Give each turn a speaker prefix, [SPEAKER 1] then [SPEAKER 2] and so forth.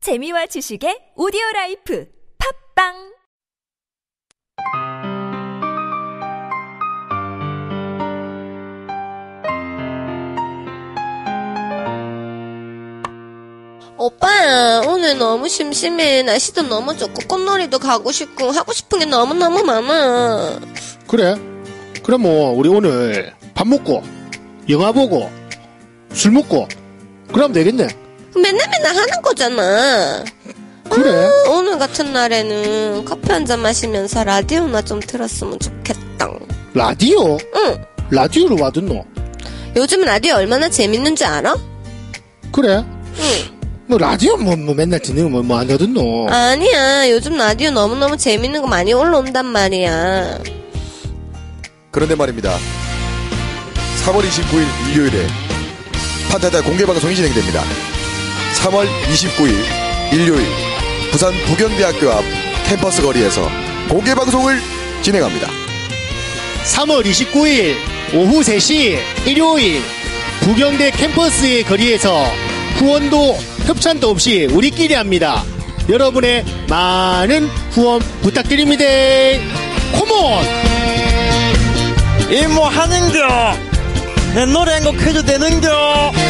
[SPEAKER 1] 재미와 지식의 오디오 라이프 팝빵
[SPEAKER 2] 오빠, 오늘 너무 심심해. 날씨도 너무 좋고, 꽃놀이도 가고 싶고, 하고 싶은 게 너무너무 많아.
[SPEAKER 3] 그래. 그럼 뭐 우리 오늘 밥 먹고 영화 보고 술 먹고 그럼 되겠네.
[SPEAKER 2] 맨날 맨날 하는 거잖아. 아,
[SPEAKER 3] 그래.
[SPEAKER 2] 오늘 같은 날에는 커피 한 잔 마시면서 라디오나 좀 들었으면 좋겠다.
[SPEAKER 3] 라디오?
[SPEAKER 2] 응.
[SPEAKER 3] 라디오를 와 듣노?
[SPEAKER 2] 요즘 라디오 얼마나 재밌는 줄 알아?
[SPEAKER 3] 그래.
[SPEAKER 2] 응.
[SPEAKER 3] 뭐 라디오 뭐, 뭐 맨날 듣는 거뭐안 듣노?
[SPEAKER 2] 아니야. 요즘 라디오 너무너무 재밌는 거 많이 올라온단 말이야.
[SPEAKER 4] 그런데 말입니다. 3월 29일 일요일에 판타다 공개 방송이 진행됩니다. 3월 29일 일요일 부산 부경대학교 앞 캠퍼스 거리에서 공개 방송을 진행합니다.
[SPEAKER 3] 3월 29일 오후 3시 일요일 부경대 캠퍼스의 거리에서 후원도 협찬도 없이 우리끼리 합니다. 여러분의 많은 후원 부탁드립니다. 컴온!
[SPEAKER 5] 이모 하는겨 내 노래 한 곡 해도 되는겨